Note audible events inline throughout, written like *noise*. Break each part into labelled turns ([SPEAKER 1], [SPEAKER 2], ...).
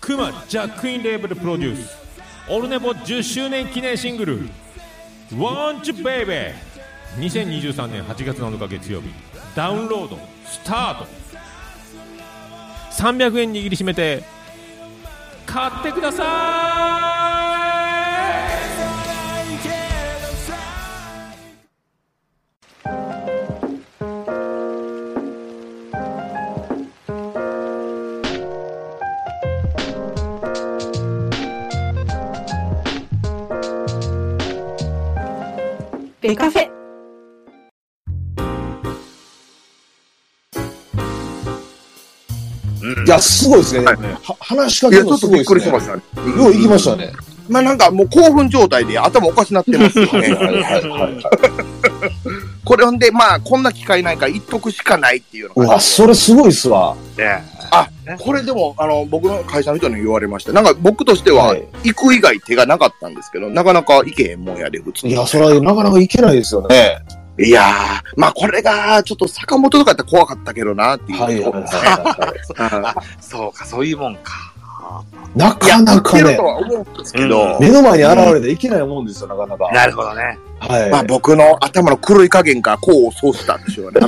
[SPEAKER 1] クマジャックインレーブルプロデュースオルネポ10周年記念シングル「WantYou Baby」2023年8月7日月曜日ダウンロードスタート300円握りしめて買ってください
[SPEAKER 2] ベカフェ
[SPEAKER 3] いや、すごいですね。
[SPEAKER 4] はい
[SPEAKER 3] は話しか
[SPEAKER 4] い
[SPEAKER 3] け
[SPEAKER 4] や、
[SPEAKER 3] る
[SPEAKER 4] ちょ
[SPEAKER 3] の
[SPEAKER 4] っ
[SPEAKER 3] す
[SPEAKER 4] と
[SPEAKER 3] ご
[SPEAKER 4] び
[SPEAKER 3] いで
[SPEAKER 4] っ
[SPEAKER 3] す
[SPEAKER 4] くりし
[SPEAKER 3] ね。
[SPEAKER 4] ましたね。
[SPEAKER 3] よう行きましたね。
[SPEAKER 4] まあなんかもう興奮状態で頭おかしなってますよ
[SPEAKER 3] *laughs* はいは
[SPEAKER 4] ね。
[SPEAKER 3] いはいはい。
[SPEAKER 4] これほんで、まあこんな機会ないから一得しかないっていうの
[SPEAKER 3] う
[SPEAKER 4] があ
[SPEAKER 3] わ、それすごいっすわ。
[SPEAKER 4] って。あ、これでも、あの、僕の会社の人に言われました。なんか僕としては、行く以外手がなかったんですけど、なかなか行けへんもんやで、普通。
[SPEAKER 3] いや、それはなかなかいけないですよね。
[SPEAKER 4] いやー、まあこれが、ちょっと坂本とかやって怖かったけどな、っていう。
[SPEAKER 3] はいはいはいは
[SPEAKER 4] あ
[SPEAKER 5] そうか、そういうもんか。
[SPEAKER 3] い。 *laughs* ない
[SPEAKER 4] や、
[SPEAKER 3] かな
[SPEAKER 4] 行け
[SPEAKER 3] か
[SPEAKER 4] る
[SPEAKER 3] ね
[SPEAKER 4] と、は思うんですけど、
[SPEAKER 3] 目の前に現れていけないもんですよ、なかなか。
[SPEAKER 5] なるほ
[SPEAKER 1] *laughs*
[SPEAKER 5] どね。
[SPEAKER 3] はい。
[SPEAKER 4] まあ僕の頭の黒い加減がこうそうしたんでしょ
[SPEAKER 3] *laughs*
[SPEAKER 4] うね。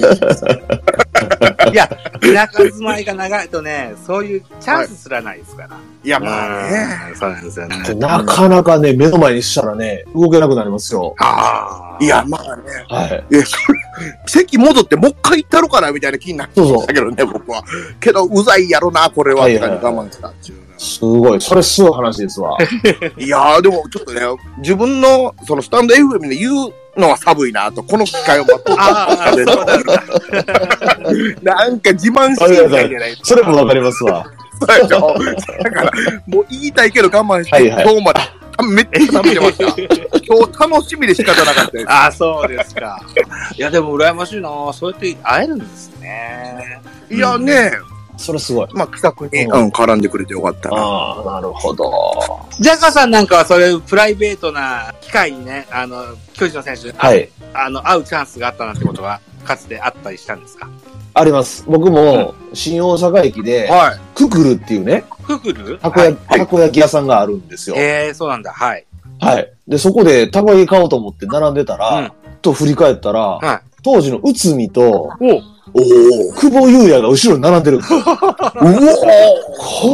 [SPEAKER 5] いや、田舎住まいが長いとね、そういうチャンスすらないですから。
[SPEAKER 4] いや、まあね。
[SPEAKER 5] うんそうなんですよね。
[SPEAKER 3] なかなかね、目の前にしたらね、動けなくなりますよ。
[SPEAKER 4] ああ。いや、まあね。
[SPEAKER 3] はい。
[SPEAKER 4] え、それ、席戻ってもう一回行ったろかなみたいな気になってましたけどね、僕は。けど、うざいやろな、これは。
[SPEAKER 3] はい
[SPEAKER 4] み
[SPEAKER 3] は
[SPEAKER 4] た
[SPEAKER 3] い
[SPEAKER 4] い
[SPEAKER 3] はい
[SPEAKER 4] な我慢したっていうね
[SPEAKER 3] すごい。それす *laughs* ごい話ですわ。
[SPEAKER 4] いやー、でもちょっとね、自分の、そのスタンド FM で言うのは寒いなと、この機会を待ってた
[SPEAKER 5] ああ、そうだね。
[SPEAKER 4] なんか自慢してるみたいじゃない
[SPEAKER 3] それもわかります *laughs* わ。
[SPEAKER 4] だから、もう言いたいけど我慢して、
[SPEAKER 3] はいはい
[SPEAKER 4] 今日まで。あめっちゃ食べてました。
[SPEAKER 3] *laughs*
[SPEAKER 4] 今日楽しみで仕方なかったです。
[SPEAKER 5] ああ、そうですか。 *laughs* いや、でも羨ましいな。そうやって会えるんですね。
[SPEAKER 4] いやね、
[SPEAKER 3] それすごい。
[SPEAKER 4] まあ気さくに、
[SPEAKER 3] う
[SPEAKER 4] うん、絡んでくれてよかったな。
[SPEAKER 3] ああ、なるほど。
[SPEAKER 5] ジャガさんなんかはそういうプライベートな機会にね、あの、巨人の選手、
[SPEAKER 3] はい。
[SPEAKER 5] あの、会うチャンスがあったなんてことは、かつてあったりしたんですか
[SPEAKER 3] あります。僕も、新大阪駅で、
[SPEAKER 4] はい。
[SPEAKER 3] ククルっていうね、
[SPEAKER 5] ククル
[SPEAKER 3] たこ
[SPEAKER 5] はい
[SPEAKER 3] 焼き、たこ焼き屋さんがあるんですよ。
[SPEAKER 5] ええ、そうなんだ。はい。
[SPEAKER 3] はい。で、そこでたこ焼き買おうと思って並んでたら、
[SPEAKER 5] うん
[SPEAKER 3] と振り返ったら、
[SPEAKER 5] は
[SPEAKER 3] 当時の内海と、
[SPEAKER 5] お
[SPEAKER 4] おー
[SPEAKER 3] 久保優也が後ろに並んでる。
[SPEAKER 4] うお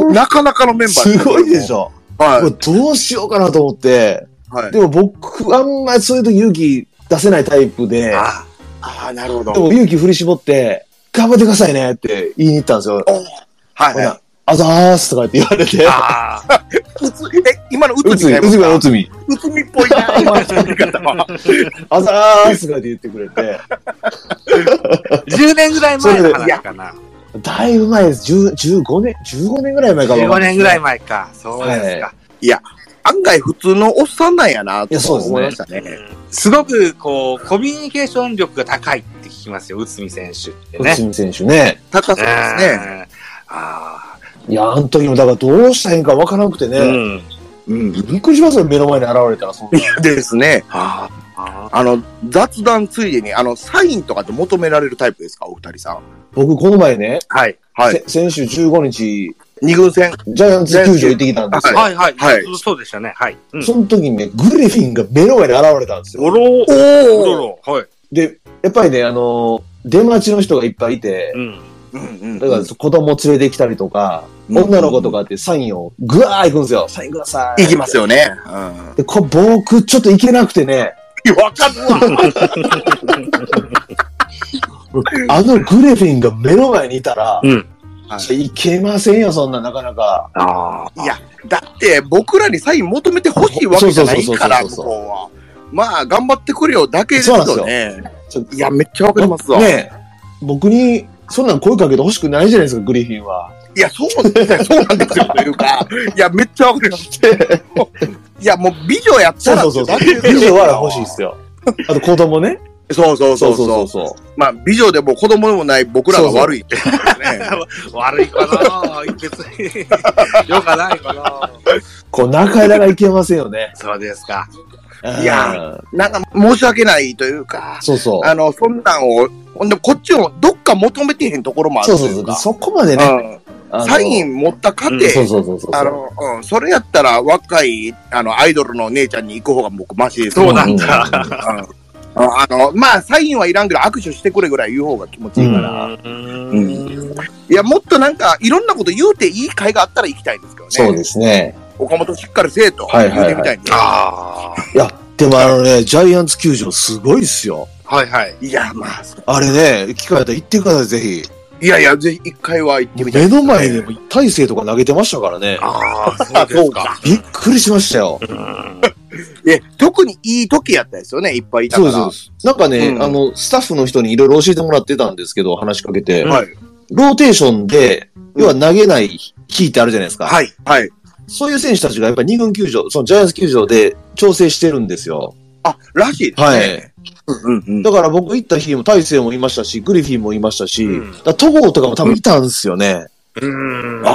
[SPEAKER 4] ーなかなかのメンバー
[SPEAKER 3] すごいでし
[SPEAKER 4] ょ。
[SPEAKER 3] ょ。
[SPEAKER 4] は
[SPEAKER 3] これどうしようかなと思って、
[SPEAKER 4] い。はい、
[SPEAKER 3] でも僕、あんまりそういう時勇気出せないタイプで、
[SPEAKER 5] あ
[SPEAKER 4] ああ、なるほど。
[SPEAKER 3] でも勇気振り絞って、頑張ってくださいねって言いに行ったんですよ。
[SPEAKER 4] はい、
[SPEAKER 3] ほ
[SPEAKER 4] は
[SPEAKER 3] な、あざーすとか言って言われて、
[SPEAKER 5] ああ。
[SPEAKER 4] い。うつ、え、今のう
[SPEAKER 3] 内
[SPEAKER 4] つみ
[SPEAKER 3] 海、
[SPEAKER 4] がいま
[SPEAKER 3] 内
[SPEAKER 4] す
[SPEAKER 3] 海
[SPEAKER 4] か
[SPEAKER 3] は内海。
[SPEAKER 4] うつみっぽいな、今の喋り
[SPEAKER 5] *laughs*
[SPEAKER 4] 方は。
[SPEAKER 3] あざーすとか言って言ってくれて、
[SPEAKER 5] 10年ぐらい前の話かな。
[SPEAKER 3] だいぶ前です。10 15年、15年ぐらい前か
[SPEAKER 5] 15年ぐらい
[SPEAKER 3] い。
[SPEAKER 5] 前か。そうですか。
[SPEAKER 4] 案外普通のおっさんなんやな、
[SPEAKER 3] い
[SPEAKER 4] と
[SPEAKER 3] やそうですね
[SPEAKER 4] 思いましたね。
[SPEAKER 5] うんすごく、こう、コミュニケーション力が高いって聞きますよ、内海選手ってね。
[SPEAKER 3] 内海選手ね。
[SPEAKER 4] 高さですね。
[SPEAKER 5] ね。あ
[SPEAKER 3] いや、あの時も、だからどうしたらいいんかわからなくて
[SPEAKER 5] あ。
[SPEAKER 3] ね、
[SPEAKER 5] ん。
[SPEAKER 4] うん。
[SPEAKER 3] びっくりしますよ、目の前に現れたら、そんな。
[SPEAKER 4] ですね。
[SPEAKER 5] ああ。
[SPEAKER 4] あの、雑談ついでに、あの、サインとかって求められるタイプですか、お二人さん。
[SPEAKER 3] 僕、この前ね、
[SPEAKER 4] はい。はい。
[SPEAKER 3] せ先週15日、
[SPEAKER 4] 二軍戦。
[SPEAKER 3] ジャイアンツ球場行ってきたんですよ。
[SPEAKER 5] はいはい。
[SPEAKER 4] はい
[SPEAKER 5] そうそうでしたね。はい。うん
[SPEAKER 3] その時にね、グリフィンが目の前に現れたんですよ。
[SPEAKER 5] ろ
[SPEAKER 4] お
[SPEAKER 5] お
[SPEAKER 4] ー
[SPEAKER 5] ろろ。はい。
[SPEAKER 3] で、やっぱりね、あのー出待ちの人がいっぱいいて、
[SPEAKER 5] うん。
[SPEAKER 4] うんうん
[SPEAKER 3] だから子供連れてきたりとか、女の子と。かってサインをぐわー行くんですよ。サインください。
[SPEAKER 4] いきますよね。うん。
[SPEAKER 3] で、こ僕、ちょっと行けなくてね、
[SPEAKER 4] いやわかるわ。
[SPEAKER 3] あのグレフィンが目の前にいたら、
[SPEAKER 5] うん
[SPEAKER 3] いけませんよ、そんな、なかなか。
[SPEAKER 5] ああ。
[SPEAKER 4] いや、だって僕らにサイン求めてほしいわけじゃないから、
[SPEAKER 3] そう
[SPEAKER 4] 向
[SPEAKER 3] そうそうそうそう
[SPEAKER 4] こうは。まあ、頑張ってくれよだけです
[SPEAKER 3] そう
[SPEAKER 4] よ
[SPEAKER 3] な
[SPEAKER 4] ね。
[SPEAKER 3] ちょっと
[SPEAKER 4] いや、めっちゃわかりますわ。
[SPEAKER 3] ねえ僕に、そんなん声かけてほしくないじゃないですか、グリフィンは。
[SPEAKER 4] いや、そうですね。そうなんですよ、というか。いや、めっちゃわかります。いや、もう美女やったらってだけですよ
[SPEAKER 3] 美女は欲しいっすよ。あと子供ね。
[SPEAKER 4] そうそうそうそう。
[SPEAKER 3] そ
[SPEAKER 4] まあ、美女でも子供でもない僕らが悪いってことですね。
[SPEAKER 5] 悪いかな別 *laughs* に。よかないかな
[SPEAKER 3] う。こう、なかなかいけませんよね。
[SPEAKER 5] そうですか。
[SPEAKER 3] うん
[SPEAKER 4] いやなんか申し訳ないというか、
[SPEAKER 3] そうそう。
[SPEAKER 4] あの、そんなんを、ほんでこっちをどっか求めてへんところもあ
[SPEAKER 3] そ
[SPEAKER 4] る
[SPEAKER 3] う
[SPEAKER 4] と
[SPEAKER 3] そう
[SPEAKER 4] い
[SPEAKER 3] そうう。
[SPEAKER 4] か。
[SPEAKER 3] そこまでね、
[SPEAKER 4] うん
[SPEAKER 3] あの
[SPEAKER 4] サイン持ったかて、
[SPEAKER 3] そうそうそうそう。
[SPEAKER 4] あの、うん、それやったら若い、あの、アイドルの姉ちゃんに行く方が僕マシです。
[SPEAKER 5] そうなん
[SPEAKER 3] だ。
[SPEAKER 4] うんあの、まあ、サインはいらんけど握手してくれぐらい言う方が気持ちいいから。
[SPEAKER 5] うん。
[SPEAKER 4] いや、もっとなんか、いろんなこと言うていい会があったら行きたいんですけどね。
[SPEAKER 3] そうですね。
[SPEAKER 4] 岡本しっかりせえと。
[SPEAKER 3] はいはいは
[SPEAKER 4] 言う
[SPEAKER 3] い
[SPEAKER 4] てみたいんで
[SPEAKER 5] あ
[SPEAKER 3] いや、でもあのね、ジャイアンツ球場すごいっすよ。
[SPEAKER 5] あ。はいはい。
[SPEAKER 4] いや、まあ、そう
[SPEAKER 3] あれね、機会あったら行ってください、ぜひ。
[SPEAKER 4] いやいや、ぜひ一回は行ってみたい
[SPEAKER 3] 目
[SPEAKER 4] ですね、
[SPEAKER 3] の前でも大勢とか投げてましたからね。
[SPEAKER 5] ああ、そうですか。
[SPEAKER 3] びっくりしましたよ。
[SPEAKER 4] え、特にいい時やったですよね、いっぱいいた
[SPEAKER 3] そう
[SPEAKER 4] から。
[SPEAKER 3] ですそうです。なんかね、
[SPEAKER 4] うん
[SPEAKER 3] あの、スタッフの人にいろいろ教えてもらってたんですけど、話しかけて。
[SPEAKER 4] はい。
[SPEAKER 3] ローテーションで、要は投げない日ってあるじゃないですか。
[SPEAKER 4] はい。はい。
[SPEAKER 3] そういう選手たちがやっぱり2軍球場、そのジャイアンツ球場で調整してるんですよ。
[SPEAKER 4] あ、らしいですね。
[SPEAKER 3] はい。
[SPEAKER 4] うんうんうん。
[SPEAKER 3] だから僕行った日も大勢もいましたし、グリフィンもいましたし、
[SPEAKER 5] うん
[SPEAKER 3] だから戸郷とかも多分いたんですよね。
[SPEAKER 5] うん。
[SPEAKER 4] あ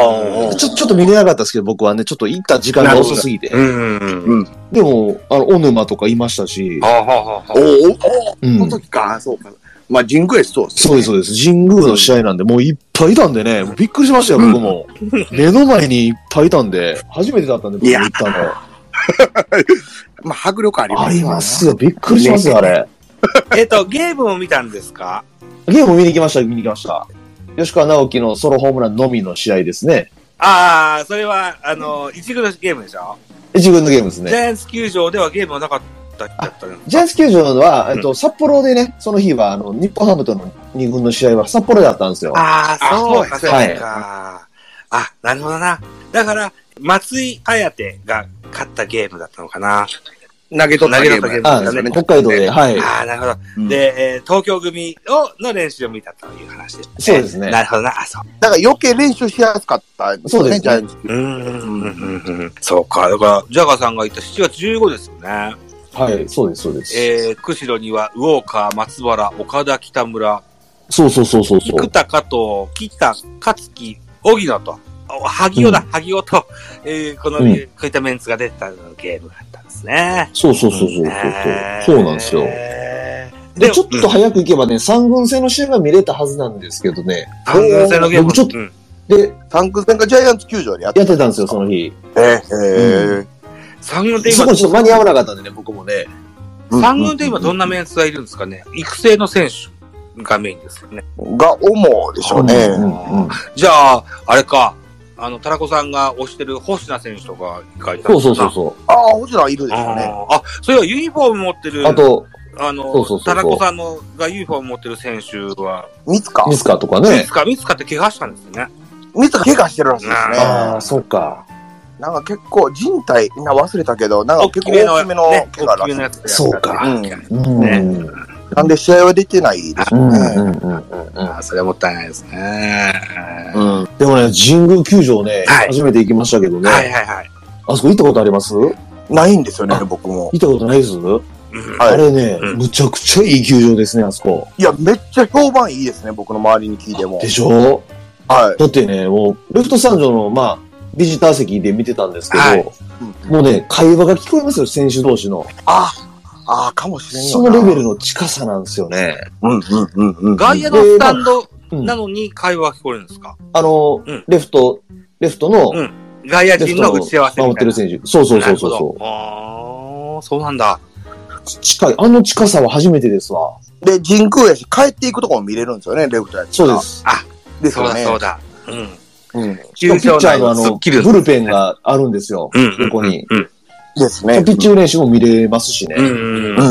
[SPEAKER 3] ちょ、ちょっと見れなかったですけど、僕はね、ちょっと行った時間が遅すぎて。
[SPEAKER 5] うん。
[SPEAKER 3] でも、あの、小沼とかいましたし
[SPEAKER 5] あ、あ、はあ、
[SPEAKER 4] お
[SPEAKER 5] は
[SPEAKER 4] ーおー、
[SPEAKER 3] う
[SPEAKER 4] その
[SPEAKER 3] ん。
[SPEAKER 4] 時か、そうか。まあ、神宮寺そうです
[SPEAKER 3] そう
[SPEAKER 4] ね、
[SPEAKER 3] です、そうです。神宮の試合なんで、もういっぱいいたんでね、もうびっくりしましたよ、僕も。目の前にいっぱいいたんで、初めてだったんで、僕
[SPEAKER 4] い
[SPEAKER 3] も
[SPEAKER 4] や
[SPEAKER 3] 行ったの。
[SPEAKER 4] まあ、迫力あります
[SPEAKER 3] あ
[SPEAKER 4] ね
[SPEAKER 3] りますよ、びっくりしますよ、あれ。
[SPEAKER 5] あ。えっと、ゲームを見たんですか
[SPEAKER 3] ゲーム見に行きました、見に行きました。吉川直樹のソロホームランのみの試合ですね。
[SPEAKER 5] ああ、それは、あの、一軍のゲームでしょ
[SPEAKER 3] 自分のゲームです
[SPEAKER 5] ジ
[SPEAKER 3] ね。
[SPEAKER 5] ャイアンツ球場ではゲームはなかっただったの
[SPEAKER 3] ジャイアンツ球場は、
[SPEAKER 5] ん
[SPEAKER 3] えっと、札幌でね、その日は、あの、日本ハムとの2軍の試合は札幌だったんですよ。
[SPEAKER 5] ああ、そうか、
[SPEAKER 4] あ
[SPEAKER 5] そ
[SPEAKER 4] そうう
[SPEAKER 5] か。
[SPEAKER 3] や
[SPEAKER 5] あ、なるほどな。だから、松井颯が勝ったゲームだったのかな。
[SPEAKER 4] 投げとったゲーム
[SPEAKER 5] 投げとったゲーム
[SPEAKER 3] あ
[SPEAKER 5] そうですね
[SPEAKER 3] 北海道で、はい。
[SPEAKER 5] ああ、なるほど。
[SPEAKER 4] うん
[SPEAKER 5] で、えー東京組をの練習を見たという話ですね。
[SPEAKER 3] そうですね
[SPEAKER 5] なるほどな。あ、そう。
[SPEAKER 4] だから余計練習しやすかったです
[SPEAKER 3] そうですね
[SPEAKER 4] ジャイアンツ
[SPEAKER 5] うーん。そうか。だから、ジャガーさんが言った7月15ですよね。
[SPEAKER 3] はい、そうです、そうです。
[SPEAKER 5] えー、釧路には、ウォーカー、松原、岡田、北村、
[SPEAKER 3] そうそうそうそうそ
[SPEAKER 5] 生
[SPEAKER 3] う。
[SPEAKER 5] 田、加藤、北、勝木、荻野と、お萩尾だ、萩尾と、えー、この、
[SPEAKER 3] うん
[SPEAKER 5] こういったメンツが出たゲームがあったんですね。
[SPEAKER 3] そうそうそうそうそうそう。
[SPEAKER 5] えー
[SPEAKER 3] そうなんですよ。
[SPEAKER 5] えー
[SPEAKER 3] で、ちょっと早く行けばね、三軍戦の試合が見れたはずなんですけどね。
[SPEAKER 5] うん三軍戦のゲーム
[SPEAKER 3] 僕ちょっと
[SPEAKER 5] うん
[SPEAKER 3] で、
[SPEAKER 4] サンクス戦がジャイアンツ球場でやっ
[SPEAKER 3] やってたんですよ、その日。
[SPEAKER 4] た。ええー
[SPEAKER 5] 三軍で
[SPEAKER 3] そ
[SPEAKER 5] 今
[SPEAKER 3] こ、にちょっと間に合わなかったんでね、僕もね。
[SPEAKER 4] うん
[SPEAKER 5] 三軍で今どんなメンツがいるんですかね育成の選手がメインですよね。
[SPEAKER 4] が主でしょうね。
[SPEAKER 3] うんうんうん
[SPEAKER 5] じゃあ、あれか、あの、タラコさんが推してる星名選手とかがいたの
[SPEAKER 3] そ
[SPEAKER 5] か
[SPEAKER 3] うそ
[SPEAKER 5] な
[SPEAKER 3] うそうそ
[SPEAKER 4] ああ、星野いるでしょうね。
[SPEAKER 5] あーあ、それはユニフォーム持って
[SPEAKER 3] う。
[SPEAKER 5] る、
[SPEAKER 3] あと、
[SPEAKER 5] あの、
[SPEAKER 3] そうそうそうそ
[SPEAKER 5] タ
[SPEAKER 3] う
[SPEAKER 5] ラコさんのがユニフォーム持ってる選手は、
[SPEAKER 4] 三つか
[SPEAKER 3] ミ。スカとか
[SPEAKER 5] ミ
[SPEAKER 3] ね
[SPEAKER 5] ツ。カ、ミツカって怪我したんですよね。
[SPEAKER 4] 三つ怪我してるらしいです
[SPEAKER 5] うん
[SPEAKER 4] ね。
[SPEAKER 3] ああ、そっか。
[SPEAKER 4] なんか結構人体、みんな忘れたけど、なんか結構大きめの
[SPEAKER 5] ね
[SPEAKER 4] 怪
[SPEAKER 5] 大
[SPEAKER 4] 我
[SPEAKER 5] き
[SPEAKER 4] らし
[SPEAKER 5] め
[SPEAKER 4] い
[SPEAKER 5] の。やつでやった
[SPEAKER 3] そうか
[SPEAKER 5] うん
[SPEAKER 3] うん。
[SPEAKER 5] ね
[SPEAKER 3] うん
[SPEAKER 4] なんで試合は出てないです
[SPEAKER 3] う
[SPEAKER 4] よ
[SPEAKER 3] んう
[SPEAKER 4] ね。
[SPEAKER 3] んうんうん
[SPEAKER 5] あーそれはもったいないですね。
[SPEAKER 4] うん。
[SPEAKER 3] でもね、神宮球場ね、
[SPEAKER 5] はい
[SPEAKER 3] 初めて行きましたけどね、
[SPEAKER 5] はいはいはい。
[SPEAKER 3] あそこ行ったことあります行っ
[SPEAKER 4] ないんですよね、僕も。
[SPEAKER 3] たことないです、
[SPEAKER 5] うん
[SPEAKER 4] はい
[SPEAKER 3] あれね、
[SPEAKER 5] うん
[SPEAKER 3] むちゃくちゃいい球場ですね、あそこ。
[SPEAKER 4] いや、めっちゃ評判いいですね、僕の周りに聞いても
[SPEAKER 3] で。しょ
[SPEAKER 4] はい。
[SPEAKER 3] だってね、もう、レフトスタンドの、まあ、ビジター席で見てたんですけど、
[SPEAKER 5] はい
[SPEAKER 3] もうね、会話が聞こえますよ、選手同士の。
[SPEAKER 4] ああ、ああ、かもしれんよ
[SPEAKER 3] そ
[SPEAKER 4] な
[SPEAKER 3] のレベルの近さなんですよね。
[SPEAKER 4] うんうんうんうん。
[SPEAKER 5] 外野のスタンド
[SPEAKER 3] うん
[SPEAKER 5] なのに会話が聞こえるんですか
[SPEAKER 3] あの、
[SPEAKER 5] うん
[SPEAKER 3] レフト、レフトの、
[SPEAKER 5] うん外野
[SPEAKER 3] レ
[SPEAKER 5] 陣
[SPEAKER 3] フ
[SPEAKER 5] の
[SPEAKER 3] ト
[SPEAKER 5] 打ち合わせ
[SPEAKER 3] 守
[SPEAKER 5] み
[SPEAKER 3] ったて
[SPEAKER 5] い
[SPEAKER 3] る
[SPEAKER 5] な。
[SPEAKER 3] 選手。そうそうそうそうそ
[SPEAKER 5] ああ、そうなんだ。
[SPEAKER 3] う。近い、あの近さは初めてですわ。
[SPEAKER 4] で、神宮やし、帰っていくとこも見れるんですよね、レフトや
[SPEAKER 3] そうで。す。
[SPEAKER 4] です
[SPEAKER 5] そう
[SPEAKER 4] よ
[SPEAKER 5] だ
[SPEAKER 4] ね。
[SPEAKER 5] そうだ。うん。
[SPEAKER 4] うん。
[SPEAKER 3] ピッチャーのあ
[SPEAKER 5] すっ
[SPEAKER 3] の、
[SPEAKER 5] きり
[SPEAKER 3] ブルペンがあるんですよ。
[SPEAKER 5] うん
[SPEAKER 3] 横に。
[SPEAKER 4] ですね。
[SPEAKER 3] ピッチング練習も見れますしね。
[SPEAKER 5] うんうんう